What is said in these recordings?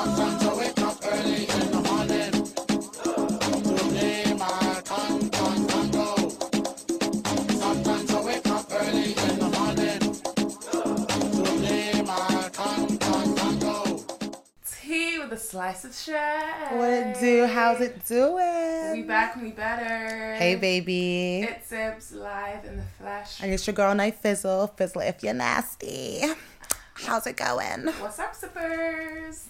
Sometimes I wake up early in the morning to play my con con congo. Sometimes I wake up early in the morning to play my con con congo. Tea with a slice of shade. What it do? How's it doing? We back, we better. Hey, baby. It's Sips live in the flesh. And it's your girl, Night Fizzle. Fizzle if you're nasty. How's it going? What's up, sippers?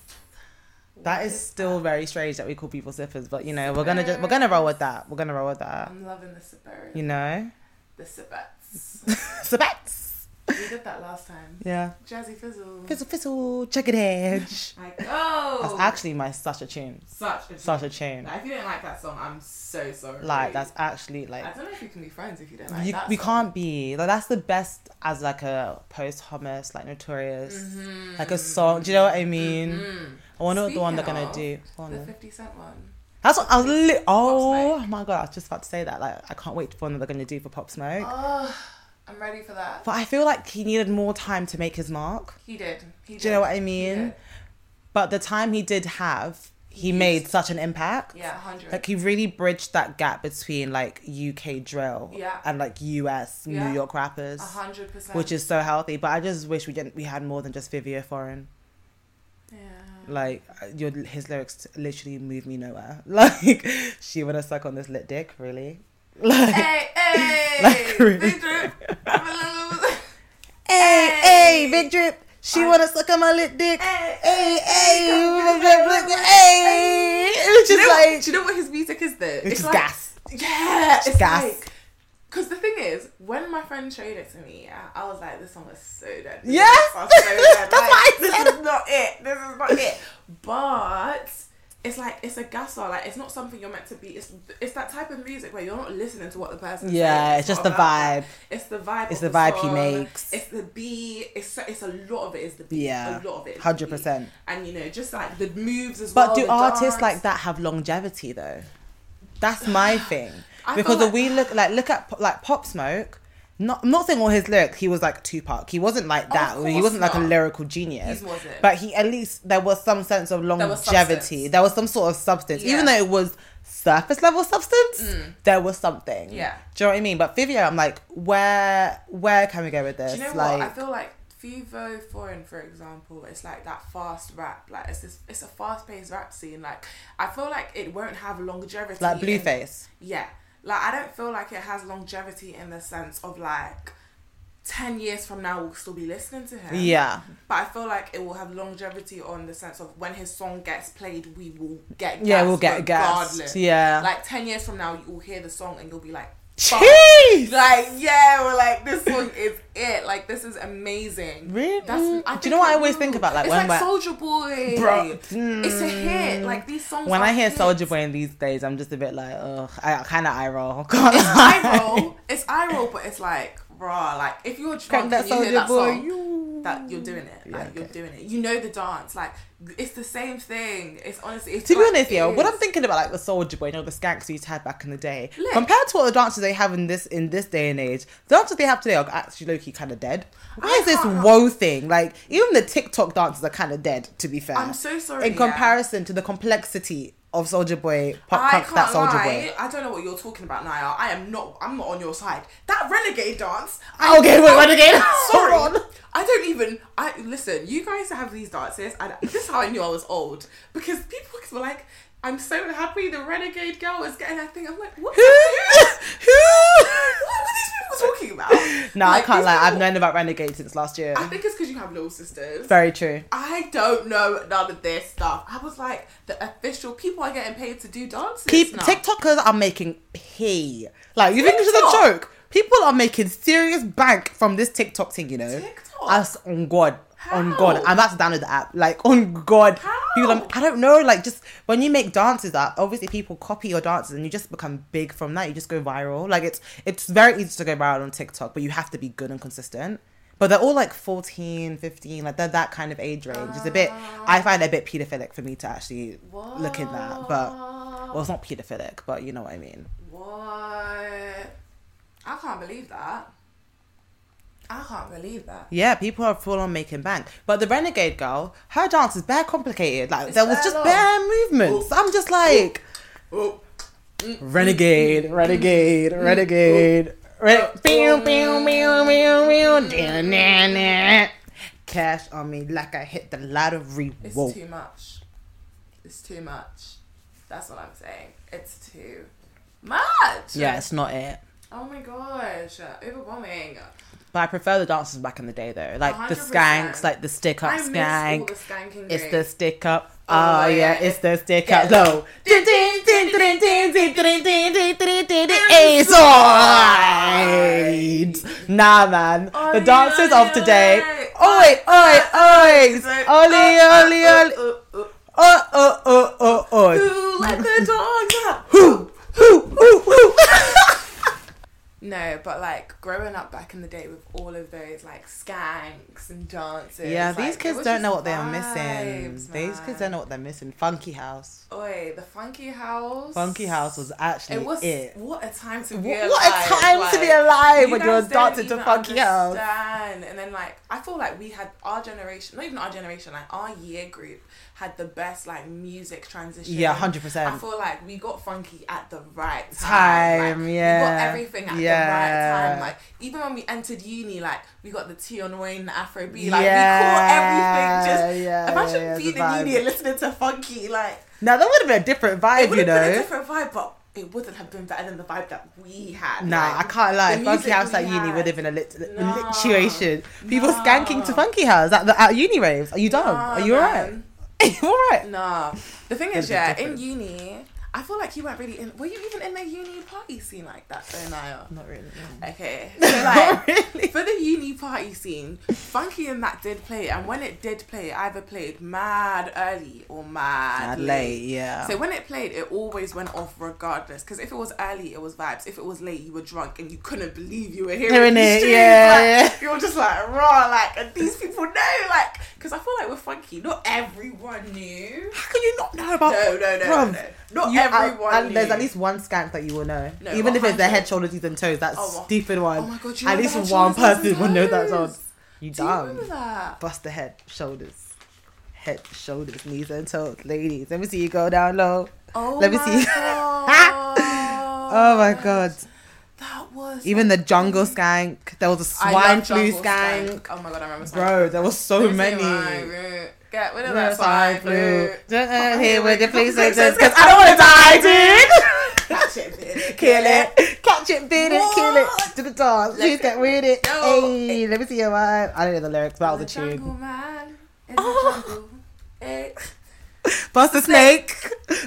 That is still very strange that we call people sippers, but you know we're gonna just we're gonna roll with that. We're gonna roll with that. I'm loving the sippers. You know, The sippets. Sipettes. we did that last time. Yeah, Jazzy fizzle. fizzle fizzle, check it edge. Like, oh, That's actually my such a tune. such a Such a tune. Like, if you didn't like that song, I'm so sorry. Like that's actually like I don't know if you can be friends if you don't like you, that. we song. can't be like that's the best as like a post hummus like notorious Mm-hmm. like a song do you know what i mean i wonder what the one they're Speaking gonna of, do Go on The then. 50 Cent one. that's what i was li- oh Smoke. my god i was just about to say that like i can't wait for one that they're gonna do for pop smoke Oh, I'm ready for that. but i feel like he needed more time to make his mark He did. He did. do you know what i He mean did. but the time he did have he He made used- such an impact Yeah, 100. like he really bridged that gap between like uk drill Yeah. and like us Yeah. Uh-huh. new york rappers 100%. which is so healthy. But I just wish we didn't we had more than just Vivio Foreign. Yeah. Like uh, your his lyrics literally move me nowhere. Like she wanna suck on this lit dick, really. Like hey Hey, hey! Like, really. Big drip. hey, hey. big drip. eh, She I- wanna suck on my lit dick. Eh, Eh, Hey, Hey hey hey. eh. It's Do you, just know, like do you know what his music is? There, it's just like, gas. Yeah, it's gas. because the thing is, when my friend showed it to me, I, I was like, "This song is so dead." This Yeah. song is so dead. That's what I this said. is not it. This is not it. But it's like it's a gas song. Like it's not something you're meant to be. It's it's that type of music where you're not listening to what the person. Yeah, it's just the vibe. It's the vibe. It's of the vibe he song. makes. It's the beat. It's so- it's a lot of it is the beat. Yeah. a lot of it. is the Hundred beat. percent. And you know, just like the moves as well. But do the artists dance. like that have longevity though? That's my thing. I because feel if we look like look at like Pop Smoke. Not, I'm not saying all his lyrics. He was like Tupac. He wasn't like that. of He course wasn't like a not. lyrical genius. He wasn't. But he at least there was some sense of was longevity. substance. There was some sort of substance, even though Yeah. Mm. it was surface level substance. There was something. Yeah. Do you know what I mean? But Fivio, I'm like, where where can we go with this? Do you know like, what? I feel like Fivo Foreign, for example, it's like that fast rap. Like it's this, it's a fast paced rap scene. Like I feel like it won't have longevity. like in- Blueface. yeah. Like I don't feel like it has longevity in the sense of like ten years from now we'll still be listening to him. yeah. But I feel like it will have longevity on the sense of when his song gets played, we will get gas Yeah, we'll get regardless. gassed. Yeah. Like ten years from now, you will hear the song and you'll be like, "Fuck." Jeez! like yeah we're like this song is it like this is amazing Really? that's Do you know what I always think about, like, it's when like we're- soldier boy Bro, it's a hit like these songs When are I hear hits. Soldier Boy in these days, I'm just a bit like, ugh, I kind of eye roll. Can't it's lie. eye roll it's eye roll but it's like raw like if you're drunk Crack that and you hear Soldier that Boy. song you. that you're doing it Yeah, like you're okay. doing it you know the dance like it's the same thing it's honestly it's To be like- honest, it yeah, what is. I'm thinking about, like the Soldier Boy, you know, the skanks we had back in the day, Look. compared to what the dancers they have in this in this day and age, the dancers they have today are actually low key kind of dead. Why I is this can't- woe thing? Like even the TikTok dancers are kind of dead. To be fair, I'm so sorry, In yeah. comparison to the complexity of Soldier Boy, pop, I punk, can't that Soldier lie. Boy. I don't know what you're talking about, Naya. I am not. I'm not on your side. That renegade dance. I- Okay, wait, what again? Sorry. Hold on. I don't even. I listen. You guys have these dances, and this is how I knew I was old because people were like, "I'm so happy the renegade girl is getting that thing." I'm like, what? What were these people talking about? No, I Like, can't these lie. I've people- known about Renegade since last year. I think it's because you have little sisters. Very true. I don't know none of this stuff. I was like, the official people are getting paid to do dances. Keep now. TikTokers are making pay. Like you think this is a TikTok? joke? People are making serious bank from this TikTok thing, you know. TikTok? Us on God. On How? God. I'm about to download the app. Like on God. How? People are- I don't know, like just when you make dances up, obviously people copy your dances and you just become big from that. You just go viral. Like it's it's very easy to go viral on TikTok, but you have to be good and consistent. But they're all like 14, 15, like they're that kind of age range. It's a bit, I find it a bit pedophilic for me to actually look in that. But well, it's not pedophilic, but you know what I mean. What? I can't believe that. I can't believe that. Yeah, people are full on making bank. But the Renegade girl, her dance is bare complicated. Like there was bare just long. bare movements. I'm just like Oh, Renegade, Mm. Renegade, Renegade. Re- Pew, pew, pew, pew, pew, da, na, na. Cash on me like I hit the lottery. It's Whoa. too much. It's too much. That's what I'm saying. It's too much. Yeah, it's not it. Oh my gosh. Overwhelming. But I prefer the dances back in the day though. Like the 100%. skanks, like the stick up I miss all skank. the skanking. It's the days. stick up. Oh, Oh, yeah, yeah. it's the stick Yeah. up. No. It's alright. Nah, man. Ollie, The dances ollie, of today. ollie. Oi, oi, oi. Ollie, ollie, ollie. Uh, uh, uh, uh. Oh, oh, oh, oh, oh. Who let the dogs out? Who? Who? Who? Who? No, but like growing up back in the day with all of those like skanks and dances. Yeah, like, these it kids was don't just know what they are missing. vibes, These kids don't know what they're missing. Funky House. man. Oi, the funky house. Funky House was actually It was it. what a time to Wh- be What, alive. a time to be like, alive you when you're guys don't dancing to even funky house. understand. And then like I feel like we had our generation, not even our generation, like our year group had the best like music transition. Yeah, hundred I percent. feel like we got funky at the right time. Time, Like, We yeah. got everything at the Yeah. right time. Like even when we entered uni, like we got the T on Wayne, the Afro B. Like we caught everything. Just yeah, imagine yeah, it's a being in vibe. uni and listening to funky. Like Now that would have been a different it vibe, would you have been a know. different vibe, but it wouldn't have been better than the vibe that we had. Nah, I like, can't lie. the Funky music house we at uni had. would have been a lit- Nah. lituation. People Nah. skanking to funky house at, the, at uni raves. Are you dumb? Nah, Are you alright? man. Are you alright? Nah. The thing There's is, a yeah, in difference. uni, I feel like you weren't really in. Were you even in the uni party scene like that, though, Naya? Not really. Okay. So, Not like, really. for the uni party scene, Funky and that did play, and when it did play, it either played mad early or mad, Mad late, yeah. So when it played, it always went off regardless. Because if it was early, it was vibes. If it was late, you were drunk and you couldn't believe you were hearing, Hearing these it, tunes. yeah, Like, yeah. You're just like raw, like and these people know, like because I feel like we're funky. Not everyone knew. How can you not know about? No, no, no, Oh, Bruv, no. Not you- uh, everyone. and there's knew. at least one skank that you will know. No, Even if it's their 100. head, shoulders, knees, and toes, that Oh, well. stupid one. Oh my god! You at remember least that one Shoulders and person will know that song. Toes? You Do you remember dumb. that? Bust the head, shoulders, head, shoulders, knees, and toes, ladies. Let me see you go down low. Oh Let me my see. God. Oh my god! That was Even the jungle skank. There was a I swine love flu jungle skank. Oh my god, I remember. swine Bro, there was so Let me see my many. root. Get rid of that Real swine flu. Don't uh, here with the police Please, agents, please, cause I don't wanna die, dude. That shit, bitch. Kill it. Catch it, beat it, kill it. What? Do the dance. Let's Please get with it. No. Hey, let me see your vibe. I don't know the lyrics, but that was a The tune. jungle man is Oh. a jungle. Eh. Bust the snake.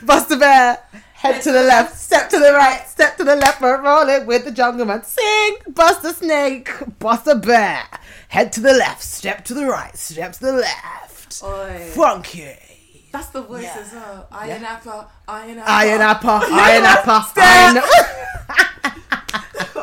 Bust the bear. Head to the left, step to the right, step to the left, but roll it with the jungle man. Sing, bust the snake, bust the bear. Head to the left, step to the right, step to the left. Oi. Funky. That's the voice Yeah. as well. Iron Yeah. apple, iron apple. Iron apple, iron apple, iron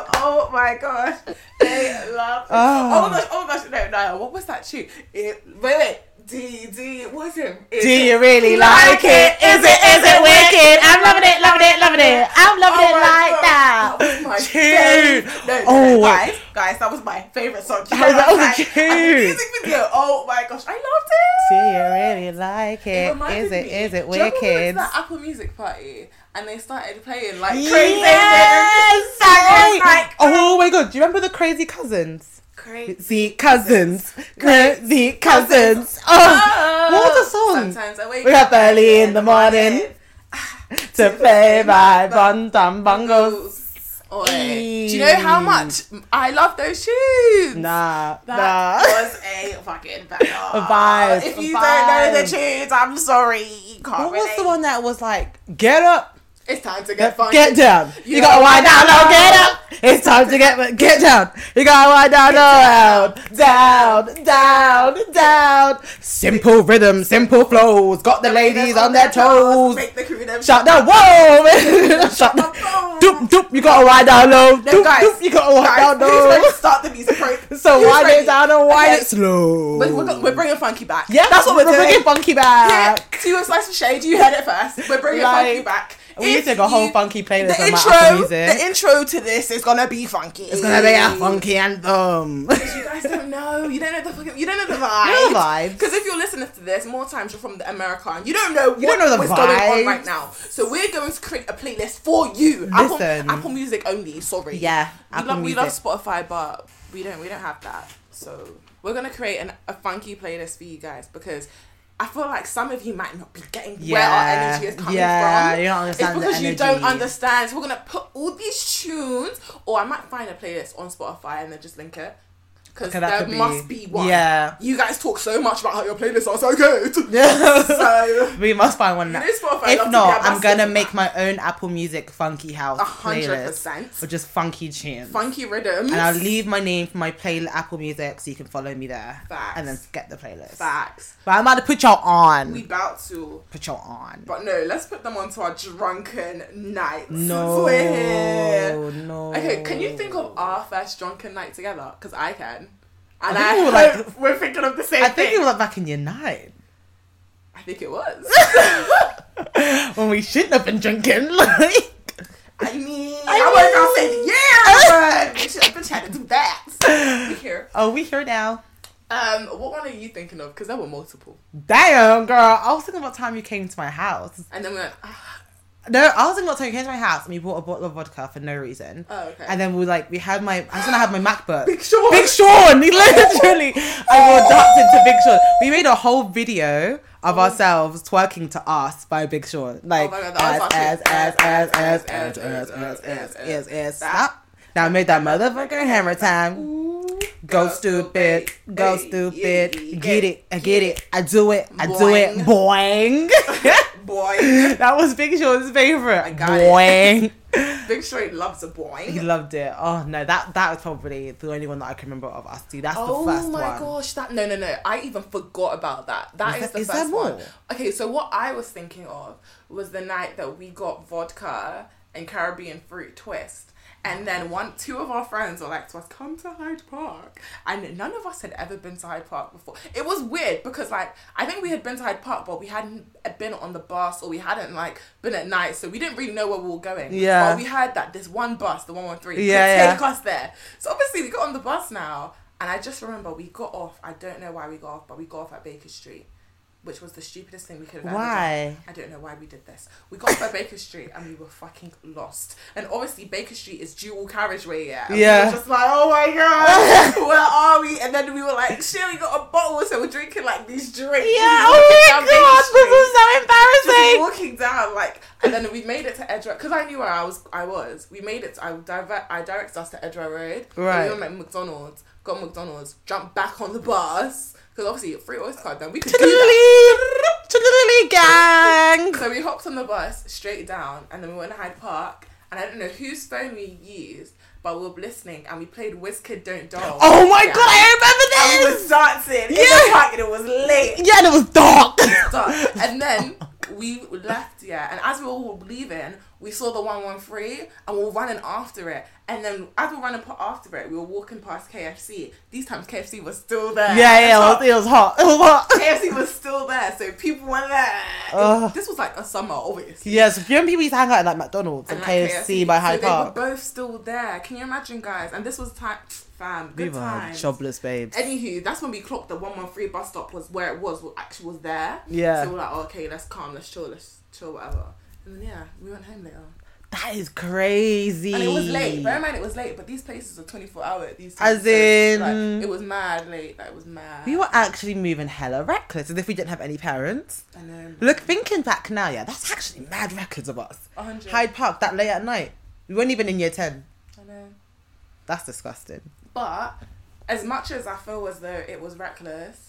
oh my gosh. They love Oh. oh. my gosh, oh my gosh, no, no, what was that tune? It, wait, wait, D, D, what is it? Is Do it- you really like it? Is it is it wicked? I'm loving it, loving it, loving it. I'm Oh loving my it like God, that. was my Dude. fav- No, no, Oh. no, guys, guys, that was my favorite song. You Oh, know that what was I'm saying? cute. And the music video. Oh my gosh, I loved it. Do you really like It it? reminded Is it me- Do is it you remember when we went wicked? to that Apple Music party and they started playing like crazy. Yes! I was Right. like, Oh my god, do you remember the crazy cousins? Crazy. Crazy cousins. Crazy cousins. Oh what was the song? Sometimes I wake We up early in the morning to play my bun dum bungles. Oi. Do you know how much I love those tunes? Nah, That nah. was a fucking banger. A vibe, If a you don't know the vibe. tunes, I'm sorry. You can't What was the relate. one that was like, get up, It's time to get funky. get down. You, gotta wind down, low, get up. It's time to get get down. You gotta wind down, low, down, down, down. Simple rhythm, simple flows. Got the ladies on their toes. Make the crew them Shut down, whoa, shut down. Doop doop, you gotta wind down low. Doop guys, doop, you gotta Guys, wind down who's ready low. to start the music break? So Who's wind ready? it down and wind Okay. it slow. We're, we're, we're bringing funky back. yeah, that's what we're, bringing doing. funky back. Yeah, see you a slice of shade. You heard it first. We're bringing Like- funky back. We need If to go whole you- funky playlist the on my Apple intro, Music. the intro to this is gonna be funky. it's gonna be a funky anthem. You guys don't know. You don't know the fucking. You don't know the You know the vibe. vibes. Because if you're listening to this, more times you're from the America and you don't know what don't know the was going on vibes. right now. So we're going to create a playlist for you. Apple, Listen. Apple Music only. Sorry. Yeah, We Apple love Music. we love Spotify, but we don't we don't have that. So we're gonna create an, a funky playlist for you guys because. I feel like some of you might not be getting where our Yeah, energy is coming yeah, from. you don't understand the It's because you don't energy. understand. So we're gonna put all these tunes, or I might find a playlist on Spotify and then just link it. Because Okay, that there could be- must be one. yeah. You guys talk so much about how your playlists are so good. so we must find one. now. know Spotify love If to not, be I'm gonna ambassadors. make my own Apple Music funky house A hundred playlist percent. for just funky tunes. Funky rhythms. and I'll leave my name for my play Apple Music so you can follow me there. Facts. And then get the playlist. Facts. But I'm about to put y'all on. We bout to. put y'all on. But no, let's put them onto our drunken nights. Since no. we're here. No. Okay, can you think of our first drunken night together? Because I can. And I, I think we were hope like- we're thinking of the same I think thing. it was like back in year nine I think it was. when we shouldn't have been drinking. Like, I mean, I I wasn't gonna say yeah, mean- but we should have been trying to do that. We here. oh, we here now. Um, what one are you thinking of? Because there were multiple. Damn, girl. I was thinking about time you came to my house. And then we went, ah, No, I was thinking about time you came to my house and you bought a bottle of vodka for no reason. oh, okay. And then we like we had my I was gonna have my MacBook. Big Sean. Big Sean, he literally I Oh. got adopted to Big Sean. We made a whole video of ourselves twerking to us by Big Sean. Like Oh my God, that as was as actually- as as as as, as, as as as as as, as as that- stop. Now make that motherfucker hammer time. Go stupid, go Hey, yeah, stupid. Get it, I get it, I do it, I do it. Boing. boy. that was Big Sean's favorite. I got it. Boing. Big Straight loves a He boy. loved it. Oh no, that that was probably the only one that I can remember of us two. That's Oh the first my one. gosh, that no no no. I even forgot about that. That Is is, that- the is first there more? one. Okay, so what I was thinking of was the night that we got vodka and Caribbean fruit twist. And then one two of our friends were like to us, come to Hyde Park. And none of us had ever been to Hyde Park before. It was weird because like I think we had been to Hyde Park, but we hadn't been on the bus or we hadn't like been at night, so we didn't really know where we were going. Yeah. But we heard that this one bus, the one one three, Yeah, yeah. take us there. So obviously we got on the bus now, and I just remember we got off. I don't know why we got off, but we got off at Baker Street, which was the stupidest thing we could have. ever Why? done. I don't know why we did this. We got off at Baker Street and we were fucking lost. And obviously Baker Street is dual carriageway. Yeah. And We Yeah. were just like, oh my god, where are we? And then we were like, shit, we got a bottle, so we're drinking like these drinks. Yeah. We were Oh my down Baker god, Street this is so just embarrassing. walking down like and then we made it to Edgware because I knew where I was I was we made it to, I divert I directed us to Edgware Road And Right. we went like McDonald's got McDonald's jumped back on the bus because obviously free oyster card then we could do that Toodaloo, gang. so we hopped on the bus straight down and then we went to Hyde Park and I don't know whose phone we used but we were listening and we played Wizkid Don't Doll Oh my Yeah. god, I and we remember was this. dancing in the Yeah. park and it was late Yeah, and it was dark. Oh stuck. And then we left, yeah. And as we were leaving, we saw the 113 and we were running after it. And then as we were running pa- after it, we were walking past KFC. These times KFC was still there. yeah, yeah, it So was, it was hot. It was hot. KFC was still there, so people were there. It- Ugh. this was like a summer, obviously. Yes, yeah, so remember people used to hang out at like McDonald's and, like KFC, by Hyde so Park. They were both still there. Can you imagine, guys? And this was time, fam, We good were time. jobless babes. Anywho, that's when we clocked the one one three bus stop was where it was, what actually was there. Yeah. So we're like, oh, okay, let's calm, let's chill, let's chill, whatever. And then yeah, we went home later. That is crazy. And it was late. Bear in mind, it was late, but these places are twenty four hour. at These As times, so it's in- like, it was mad late. Like it was mad. We were actually moving hella reckless, as if we didn't have any parents. I know. Look, thinking back now, yeah, that's actually mad records of us. 100. Hyde Park that late at night. We weren't even in year 10. I know. That's disgusting. But as much as I feel as though it was reckless,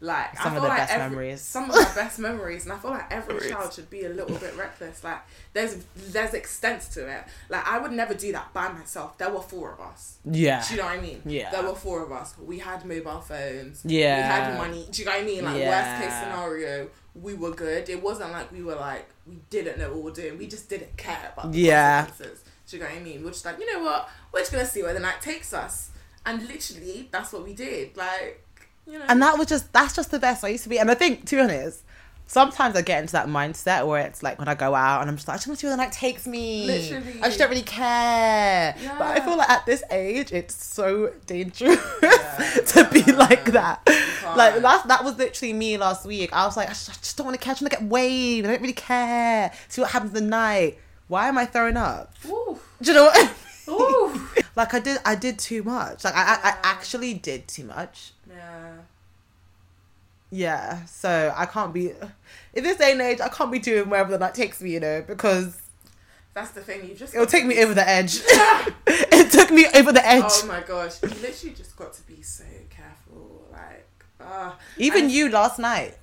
like Some I of feel the like best every- memories. Some of my best memories, and I feel like every child should be a little bit reckless. Like there's there's extents to it. Like I would never do that by myself. There were four of us. Yeah. Do you know what I mean? Yeah. There were four of us. We had mobile phones. We Yeah. had money. Do you know what I mean? Like Yeah. worst case scenario, we were good. It wasn't like we were like we didn't know what we were doing. We just didn't care about the Yeah. consequences. Do you know what I mean? We're just like, you know what? We're just gonna see where the night takes us. And literally that's what we did. Like, you know And that was just, that's just the best I used to be. And I think, to be honest, Sometimes I get into that mindset where it's like when I go out and I'm just like, I just want to see where the night takes me. Literally. I just don't really care. But I Yeah. feel like at this age, it's so dangerous to be like that. Like last, that was literally me last week. I was like, I just, I just don't want to care. I just want to get waved. I don't really care. See what happens tonight. Why am I throwing up? Ooh. Do you know what? I mean? Ooh. Like I did, I did too much. Like I, I, I actually did too much. yeah. Yeah. So I can't be. In this day and age, I can't be doing wherever the night takes me. You know, because That's the thing. You just it'll take me over the edge. it took me over the edge. Oh my gosh! You literally just got to be so careful. Like, ah, Even and- you last night.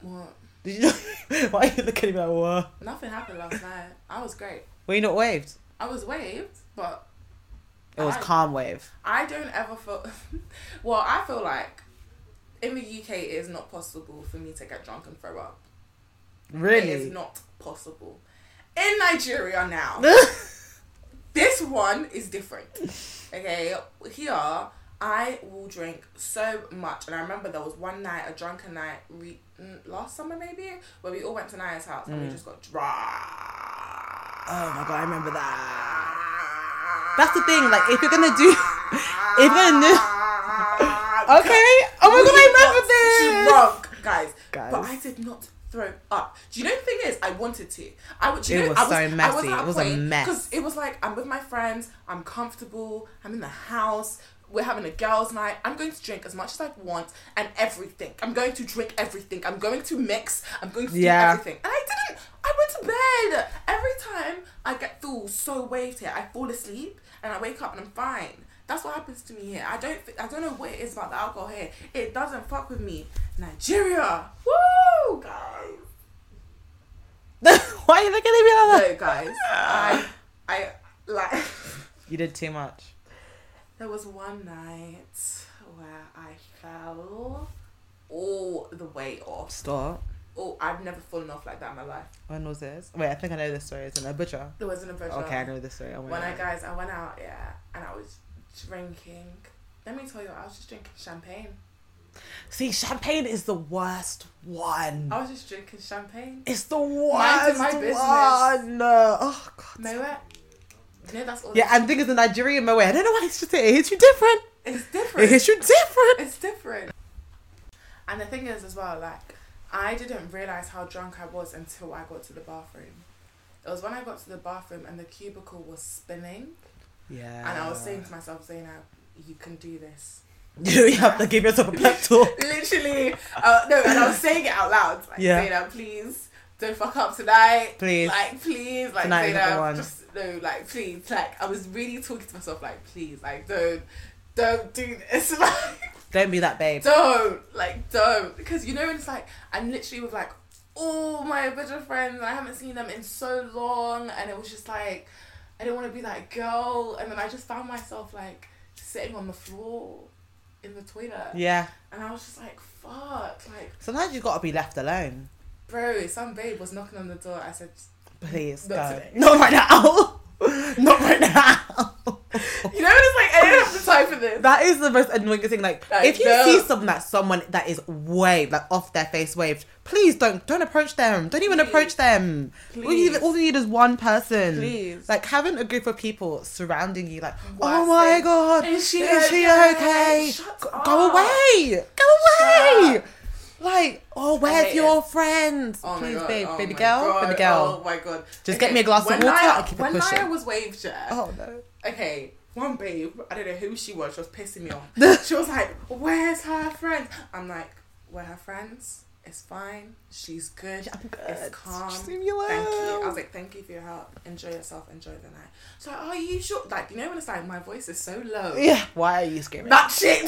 what? Did you? Why are you looking at me like what? Nothing happened last night. I was great. Were you not waved? I was waved, but It was I- calm wave. I don't ever feel. well, I feel like in the UK, it is not possible for me to get drunk and throw up. It is Really? not possible. In Nigeria now, this one is different. Okay, here I will drink so much, and I remember there was one night, a drunken night, re- mm, last summer maybe, where we all went to Naya's house and we Mm. just got drunk. Oh my god, I remember that. That's the thing. Like, if you're gonna do, if you're gonna, do, okay. Oh my god, I remember Drunk, this. guys. Guys. But I did not throw up. Do you know the thing is? I wanted to. I would. do You It know, was I so I messy. at It was a point, mess. 'cause it was like I'm with my friends. I'm comfortable. I'm in the house. We're having a girls' night. I'm going to drink as much as I want and everything. I'm going to drink everything. I'm going to mix. I'm going to Yeah. do everything. And I didn't. I went to bed. Every time I get full, so waved here, I fall asleep and I wake up and I'm fine. That's what happens to me here. I don't. thi- I don't know what it is about the alcohol here. It doesn't fuck with me. Nigeria. Woo, guys. Why are you looking at me like that? No, guys. I. I like. You did too much. There was one night where I fell all the way off. Stop. Oh, I've never fallen off like that in my life. When was this? Wait, I think I know this story. It's in a butcher. There wasn't a virgin. Okay, I know this story. Oh my when I God. guys, I went out, yeah, and I was drinking. Let me tell you, I was just drinking champagne. See, champagne is the worst one. I was just drinking champagne. It's the Mind worst Oh. my business. one. Oh god. Moet. No, that's all. Yeah, and thing is, the Nigerian moe. I don't know why it's just it hits you different. it's It different. hits you different. it's different. And the thing is, as well, like I didn't realize how drunk I was until I got to the bathroom. It was when I got to the bathroom and the cubicle was spinning, Yeah. and I was saying to Ah. myself, Zainab, you can do this. you have to give yourself a pep talk. Literally, uh, no, and I was saying it out loud. Like, Yeah. Zainab, please don't fuck up tonight. Please. Like, please, like, Tonight is the one. Zainab, just no, like, please, like, I was really talking to myself, like, please, like, don't, don't do this, like, Don't be that babe. don't, like, don't, because you know, it's like, I'm literally with like all my original friends, and I haven't seen them in so long, and it was just like, I didn't want to be that girl, and then I just found myself like sitting on the floor in the toilet. Yeah. And I was just like, fuck, like, Sometimes you've got to be left alone. bro, some babe was knocking on the door. I said, Please Not go. today. Not right now. Not right now. you know, it's like, I didn't have the time for this. That is the most annoying thing. Like, Like, if you no. see someone that someone that is waved, like off their face waved, please don't don't approach them. Don't even Please. approach them. All you, Please. all you need is one person. Please. Like having a group of people surrounding you, like, oh Worst my thing. god, Is she okay? okay? Shut Go- up. Go away. Go away. Like, oh, where's hate your it. friends? Oh my please, God, babe, oh baby my girl, God, baby girl. Oh my god. Just get me a glass of when water Naya, and keep it when pushing. Naya was waved, yeah. oh no. okay, one babe, I don't know who she was, she was pissing me off. she was like, Where's her friends? I'm like, We're her friends. It's fine. She's good. I'm good. It's calm. Just Thank leave me you. I alone. was like, Thank you for your help. Enjoy yourself. Enjoy the night. So, are you sure? Like, you know when it's like, my voice is so low. Yeah. Why are you screaming? That shit.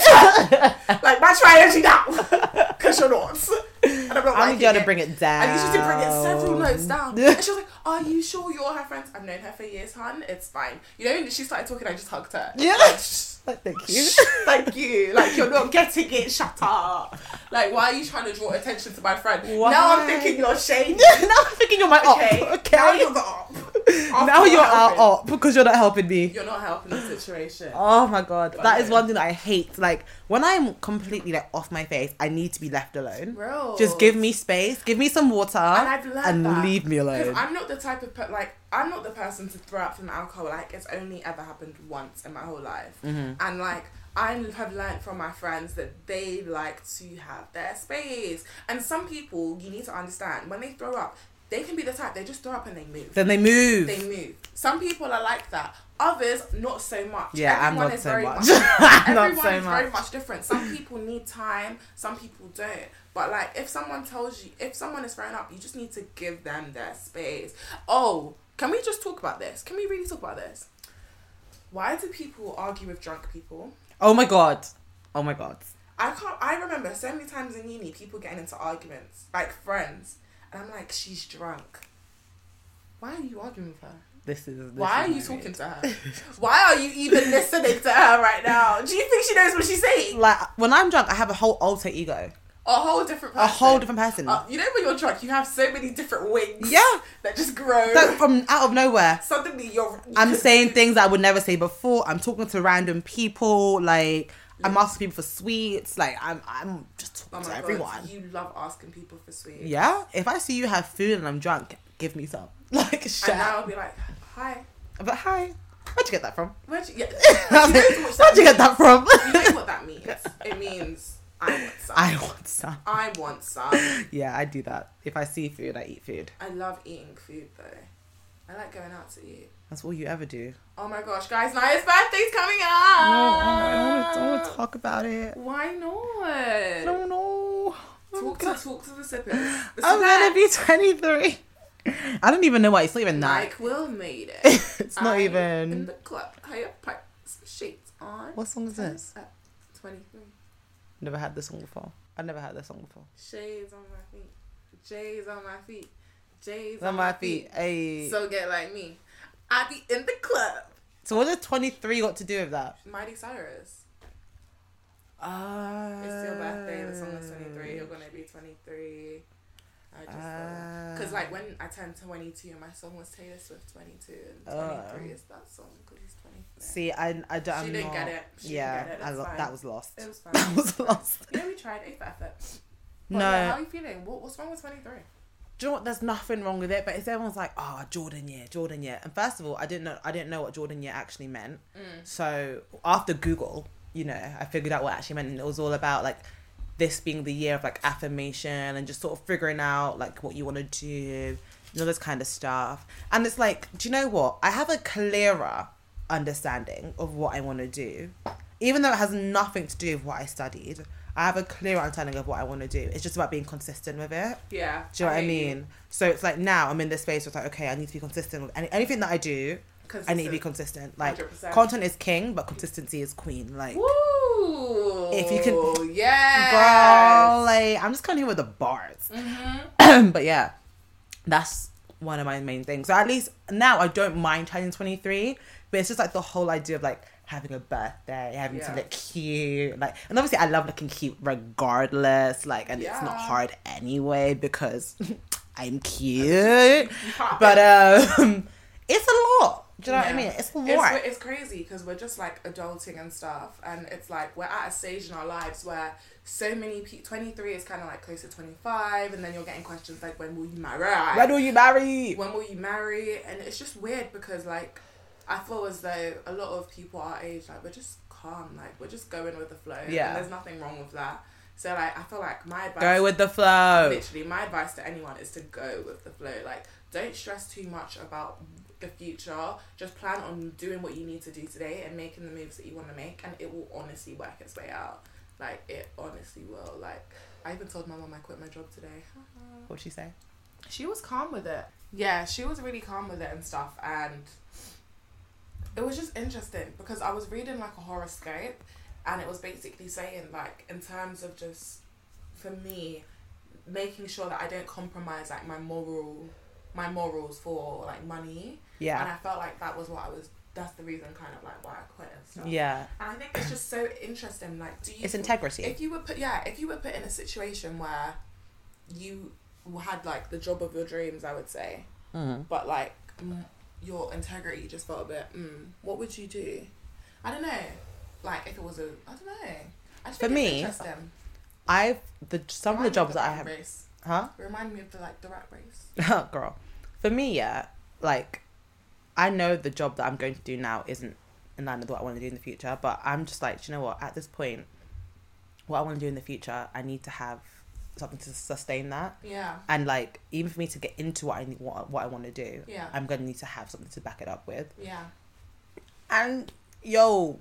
like, my energy now. Because you're not. And I'm not I liking need you to it. bring it down. I need you to bring it several notes down. and she was like, Are you sure you're her friends? I've known her for years, hon. It's fine. You know, she started talking, I just hugged her. Yeah. Like, "Shh, Like, Thank you. shh, Thank you. Like, you're not getting it. Shut up. Like, why are you trying to draw attention to my friend? Why? Now I'm thinking you're shady. now I'm thinking you're my op. Okay. Okay. Now you're the op. now not you're helping. out up because you're not helping me. You're not helping the situation. Oh my god, that is Okay. one thing that I hate. Like when I'm completely like off my face, I need to be left alone. Bro. Just give me space, give me some water, And I've learned and that. leave me Because alone. I'm not the type of per- like I'm not the person to throw up from alcohol. Like it's only ever happened once in my whole life, Mm-hmm. and like I have learned from my friends that they like to have their space. And some people, you need to understand, when they throw up, they can be the type they just throw up and they move. Then they move. They move. Some people are like that. Others, not so much. Yeah, I'm Everyone not is so very much. I'm not everyone so is very much. much different. Some people need time. Some people don't. But like, if someone tells you, if someone is throwing up, you just need to give them their space. Oh, can we just talk about this? Can we really talk about this? Why do people argue with drunk people? Oh my god. Oh my god. I can't. I remember so many times in uni, people getting into arguments, like friends, and I'm like, she's drunk. Why are you arguing with her? This is. This Why are is you my talking to her? Why are you even listening to her right now? Do you think she knows what she's saying? Like when I'm drunk, I have a whole alter ego, A whole different a person. whole different person. Uh, you know when you're drunk, you have so many different wings. Yeah. That just grow. so from out of nowhere, Suddenly you're. I'm saying things I would never say before. I'm talking to random people. Like I'm asking people for sweets. Like I'm I'm just Mm. Oh talking my to God, everyone. You love asking people for sweets. Yeah. If I see you have food and I'm drunk, give me some. Like shut. And now up. I'll be like, hi. But hi, where'd you get that from? Where'd you, yeah. Where'd you, know what you get that from? you know what that means? It means I want some. I want some. I want some. Yeah, I do that. If I see food, I eat food. I love eating food though. I like going out to eat. That's all you ever do. Oh my gosh, guys, Naya's birthday's coming No, oh up. I don't want to talk about it. Why I not? don't know. Talk to talk to the sippers. The I'm sippers. gonna Oh, be 23. I don't even know why. It's not even night. Like Will made it. it's not I'm in even. the club. Higher pipes, shades on. What song is this? Twenty three. Never had this song before. I've never had this song before. Shades on my feet. J's on my feet. J's It's on my feet. Hey. So, So get like me. I be in the club. what does 23 got to do with that? Mighty Cyrus. Uh, It's your birthday. The song is 23. You're gonna be 23. Uh, I just because like when I turned 22, my song was Taylor Swift 22, and 23 Oh. is that song because he's 23. See, I, I don't. She I'm didn't get not- it. She didn't yeah, get it. I It's lo- fine. that was lost. It was fine. That was lost. yeah, we tried eight for effort. But No, yeah, how are you feeling? What, what's wrong with 23? do you know what? There's nothing wrong with it, but it's everyone's like, "Oh, Jordan year, Jordan year." And first of all, I didn't know I didn't know what Jordan year actually meant. So after Google, you know, I figured out what it actually meant, and it was all about like this being the year of like affirmation and just sort of figuring out like what you want to do, you know, this kind of stuff. And it's like, do you know what? I have a clearer understanding of what I want to do, even though it has nothing to do with what I studied. I have a clearer understanding of what I want to do. It's just about being consistent with it. Yeah. Do you know what I hear you. mean? So it's like now I'm in this space where it's like, okay, I need to be consistent with any, anything that I do. I need to be consistent. Like 100%. content is king, but consistency is queen. Like, Woo! If you can- yeah, girl, like I'm just coming here with the bars. Mm-hmm. but yeah, that's one of my main things. So at least now I don't mind turning 23, but it's just like the whole idea of like having a birthday, having Yeah. to look cute, like, and obviously I love looking cute regardless. Like, and it's not Yeah. hard anyway because I'm cute. can't- but um, it's a lot. Do you know what I Yeah. mean? It's a It's, lot. we're- it's crazy because we're just like adulting and stuff, and it's like we're at a stage in our lives where so many people. Twenty three is kind of like close to twenty five, and then you're getting questions like, "When will you marry? When will you marry? When will you marry?" And it's just weird because like I feel as though a lot of people our age like we're just calm, like we're just going with the flow. Yeah. and there's nothing wrong with that. So like I feel like my advice Go with the flow. literally my advice to anyone is to go with the flow like don't stress too much about the future just plan on doing what you need to do today and making the moves that you want to make and it will honestly work its way out like it honestly will like i even told my mom i quit my job today What'd she say? she was calm with it yeah she was really calm with it and stuff and it was just interesting because i was reading like a horoscope and it was basically saying like in terms of just for me making sure that i don't compromise like my moral my morals for like money and Yeah. i felt like that was what i was that's the reason kind of like why i quit and stuff Yeah. and i think it's just so interesting like do you It's integrity. if you were put, yeah, if you were put in a situation where you had like the job of your dreams, I would say, Mhm. but like m- your integrity just felt a bit. Mm, what would you do? I don't know. Like if it was a, I don't know. I just For think it's me, interesting. I've the some of Remind me the jobs the that I rat have, race. huh? Remind me of the like the rat race. girl for me yeah like i know the job that i'm going to do now isn't in line with what i want to do in the future but i'm just like do you know what at this point what i want to do in the future i need to have something to sustain that Yeah. and like even for me to get into what i need what, what i want to do Yeah. i'm gonna need to have something to back it up with Yeah. and yo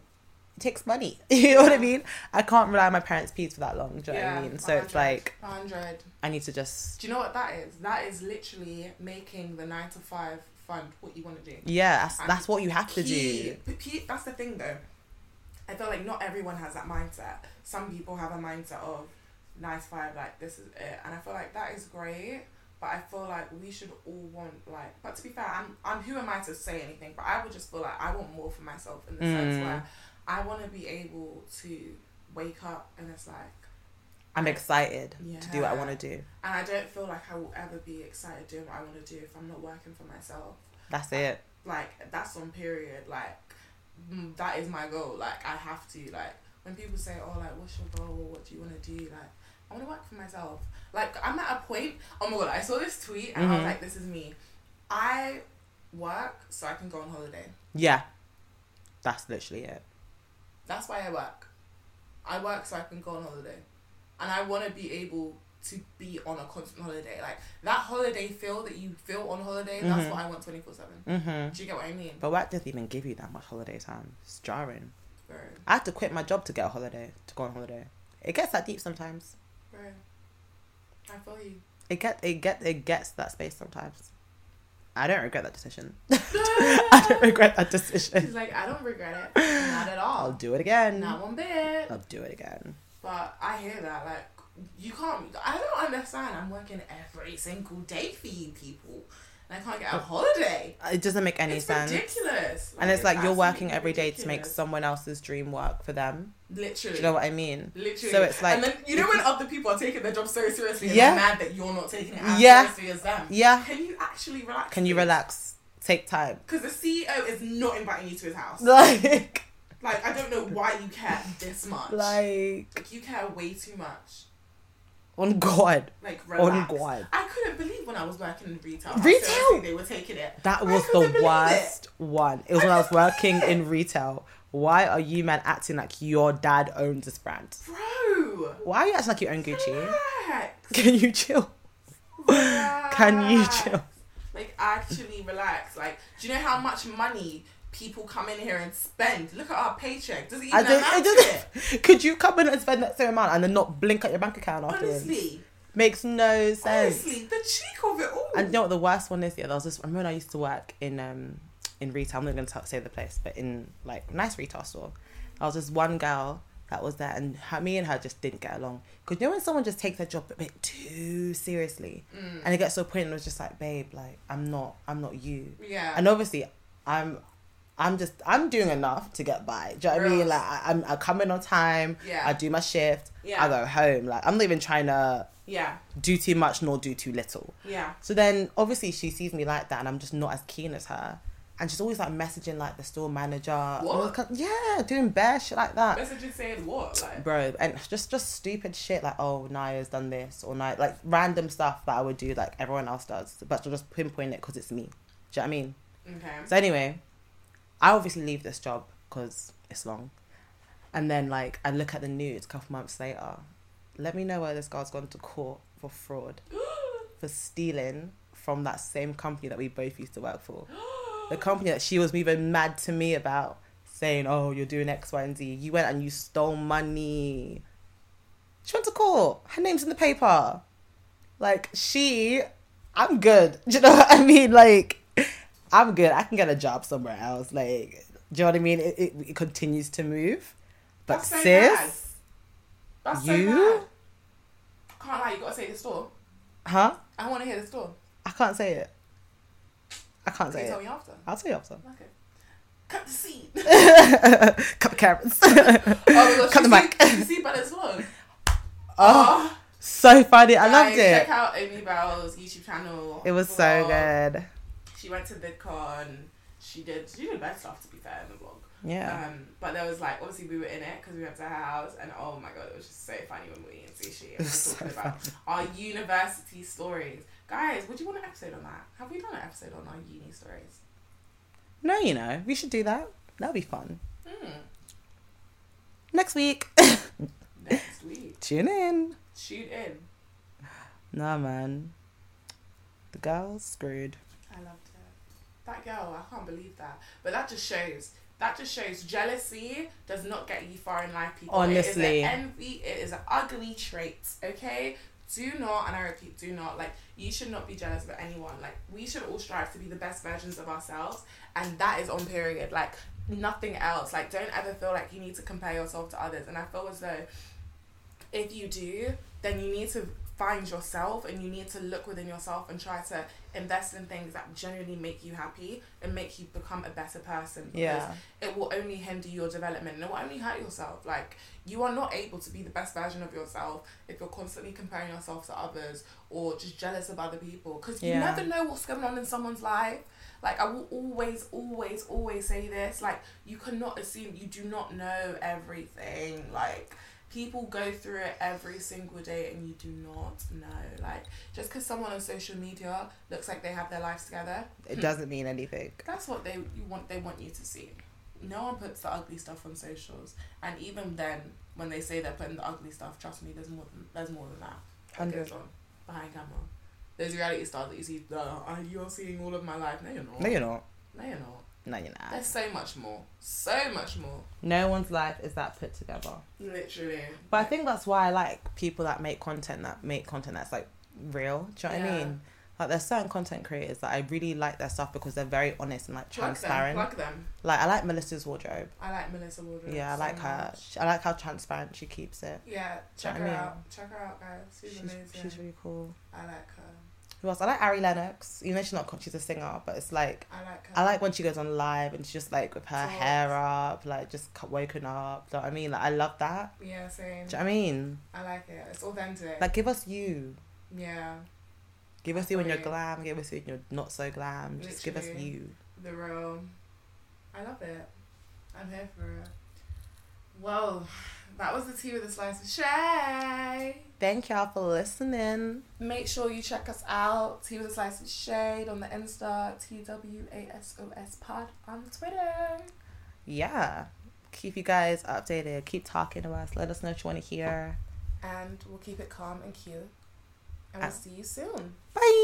it takes money you know what i mean i can't rely on my parents peas for that long do you know yeah. what i mean so it's 100, like 100. i need to just Do you know what that is? That is literally making the nine to five fund what you want to do. yeah that's, And that's what you have to Key- do but key- that's the thing though. I feel like not everyone has that mindset. Some people have a mindset of nice five, like this is it, and I feel like that is great. But I feel like we should all want like. But to be fair, I'm I'm who am I to say anything? But I would just feel like I want more for myself in the sense Mm. where I want to be able to wake up and it's like, i'm excited to do what i Yeah. want to do and I don't feel like I will ever be excited doing what I want to do if I'm not working for myself. That's it. like that's on period like mm, that is my goal like i have to like when people say oh like what's your goal or what do you want to do like i want to work for myself like i'm at a point oh my god i saw this tweet and i was Mhm. like this is me i work so i can go on holiday Yeah. That's literally it. that's why i work i work so i can go on holiday and i want to be able to be on a constant holiday like that holiday feel that you feel on holiday that's Mhm. what i want 24 7 Mm-hmm. do you get what i mean But work doesn't even give you that much holiday time. It's jarring. bro I had to quit my job to get a holiday, to go on holiday. It gets that deep sometimes. bro i feel you It get it get it gets that space sometimes. I don't regret that decision. I don't regret that decision. She's like, I don't regret it. Not at I'll all. do Oh. it again. Not one bit. I'll do it again. But I hear that. Like, you can't. I don't understand. I'm working every single day for you people. And I can't get a holiday. It doesn't make Oh. any it's sense. ridiculous. And it's like you're absolutely working every day to make ridiculous. someone else's dream work for them. Do Literally. you know what I mean? Literally. So it's like and then you know when other people are taking their job so seriously, and Yeah. they're mad that you're not taking it as Yeah. seriously as them. yeah. Can you actually relax? Can you relax? Take time. Because the CEO is not inviting you to his house. Like Like, I don't know why you care this much. like Like, you care way too much. on Oh God. Like On relax. God. I couldn't believe when I was working in retail. Retail? How seriously they were taking it. That I was couldn't the believe worst one. It was when I was couldn't working believe it. in retail. Why are you man acting like your dad owns this brand? it. Bro. Why are you acting like you own Gucci? Relax. Can you chill? Can you Relax. chill? Like actually relax. Like, do you know how much money people come in here and spend? Look at our paycheck. Does it even I don't, amount I to it? don't, could you come in and spend that same amount and then not blink at your bank account afterwards? Honestly, Makes no sense. honestly, the cheek of it all. And you know what the worst one is? Yeah, there was this. I remember when I used to work in um in retail. I'm not going to say the place, but in like nice retail store, there was this one girl that was there, and her, me and her just didn't get along. Cause you know when someone just takes their job a bit too seriously, Mm. and it gets to a point and it's just like, babe, like I'm not, I'm not you. yeah. And obviously, I'm. I'm just I'm doing enough to get by. Do you know what I mean? Girls. Like I, I'm I come in on time. Yeah. I do my shift. Yeah. I go home. Like I'm not even trying to Yeah. do too much nor do too little. Yeah. So then obviously she sees me like that and I'm just not as keen as her. And she's always like messaging like the store manager. All What? kind- yeah, doing bear shit like that. Messages saying what? Like, Bro, and just just stupid shit like oh Naya's done this or Naya like random stuff that I would do like everyone else does, but she'll just pinpoint it because it's me. Do you know what I mean? okay. So anyway, I obviously leave this job because it's long, and then like I look at the news a couple months later. Let me know where this girl's gone to court for fraud, for stealing from that same company that we both used to work for. The company that she was even mad to me about, saying, "Oh, you're doing X, Y, and Z. You went and you stole money." She went to court. Her name's in the paper. Like she, I'm good. Do you know what I mean? Like I'm good. I can get a job somewhere else. Like, do you know what I mean? It, it, it continues to move. But That's so bad. sis, That's so you- bad. I can't lie, you gotta say the store. huh? I wanna hear the store. I can't say it. I Can can't say you tell it. Oh me after? I'll tell you after. Okay. Cut the seat. Cut the cameras. Oh, Cut the mic. See, but as well. Oh, so funny. I loved Guys, Check it. out Amy Bell's YouTube channel. It was so Vlog. good. She went to VidCon. She did. She did bad stuff to be fair in the vlog. Yeah. Um, but there was like obviously we were in it because we went to her house, and oh my god, it was just so funny when we were eating sushi and we were was talking so about our university stories. Guys, would you want an episode on that? Have we done an episode on our uni stories? no, you know, we should do that. That'll be fun. Hmm. Next week, Next week, tune in. shoot in. Nah, man. The girl's screwed. I loved it. That girl, I can't believe that. But that just shows. That just shows jealousy does not get you far in life, people. it Honestly. is an envy. It is an ugly trait. Okay, do not, and I repeat, do not. Like you should not be jealous of anyone. Like we should all strive to be the best versions of ourselves, and that is on period. Like nothing else. Like don't ever feel like you need to compare yourself to others. And I feel as though if you do, then you need to find yourself and you need to look within yourself and try to invest in things that genuinely make you happy and make you become a better person. because Yeah. It will only hinder your development and it will only hurt yourself. Like you are not able to be the best version of yourself if you're constantly comparing yourself to others or just jealous of other people. Because you Yeah. never know what's going on in someone's life. Like I will always, always, always say this. Like you cannot assume you do not know everything. Like people go through it every single day and you do not know. Like just because someone on social media looks like they have their lives together, It doesn't mean anything. that's what they you want they want you to see. No one puts the ugly stuff on socials. And even then, when they say they're putting the ugly stuff, trust me, there's more than there's more than that. That Hundred. goes on behind camera. Those reality stars that you see, uh, you're seeing all of my life. No, you're not. No, you're not. No, you're not. No, you're not. There's so much more. So much more. No one's life is that put together. Literally. But I think that's why I like people that make content that make content that's like real. Do you know what I Yeah. mean? Like there's certain content creators that I really like their stuff because they're very honest and like plug transparent. Them, plug them. Like I like Melissa's wardrobe. I like Melissa Wardrobe. yeah, I so like her. much. I like how transparent she keeps it. Yeah, check I her mean? out. Check her out, guys. She's, She's, amazing. she's really cool. I like her. Who else? I like Ari Lennox. You know she's not she's a singer, but it's like I like her. I like when she goes on live and she's just like with her Talks. hair up, like just cu- woken up. Do you know what I mean? Like I love that. Yeah, same. Do you know what I mean? I like it. It's authentic. Like give us you. yeah, Give us you when you're Agree. glam. Give us you when you're not so glam. Just give us Literally. you. the real. I love it. I'm here for it. Well, that was the tea with a slice of shade. Thank y'all for listening. Make sure you check us out. Tea with a slice of shade on the Insta. T W A S O S Pod on Twitter. Yeah. Keep you guys updated. Keep talking to us. Let us know what you want to hear. and we'll keep it calm and cute. And we'll Uh, see you soon. Bye.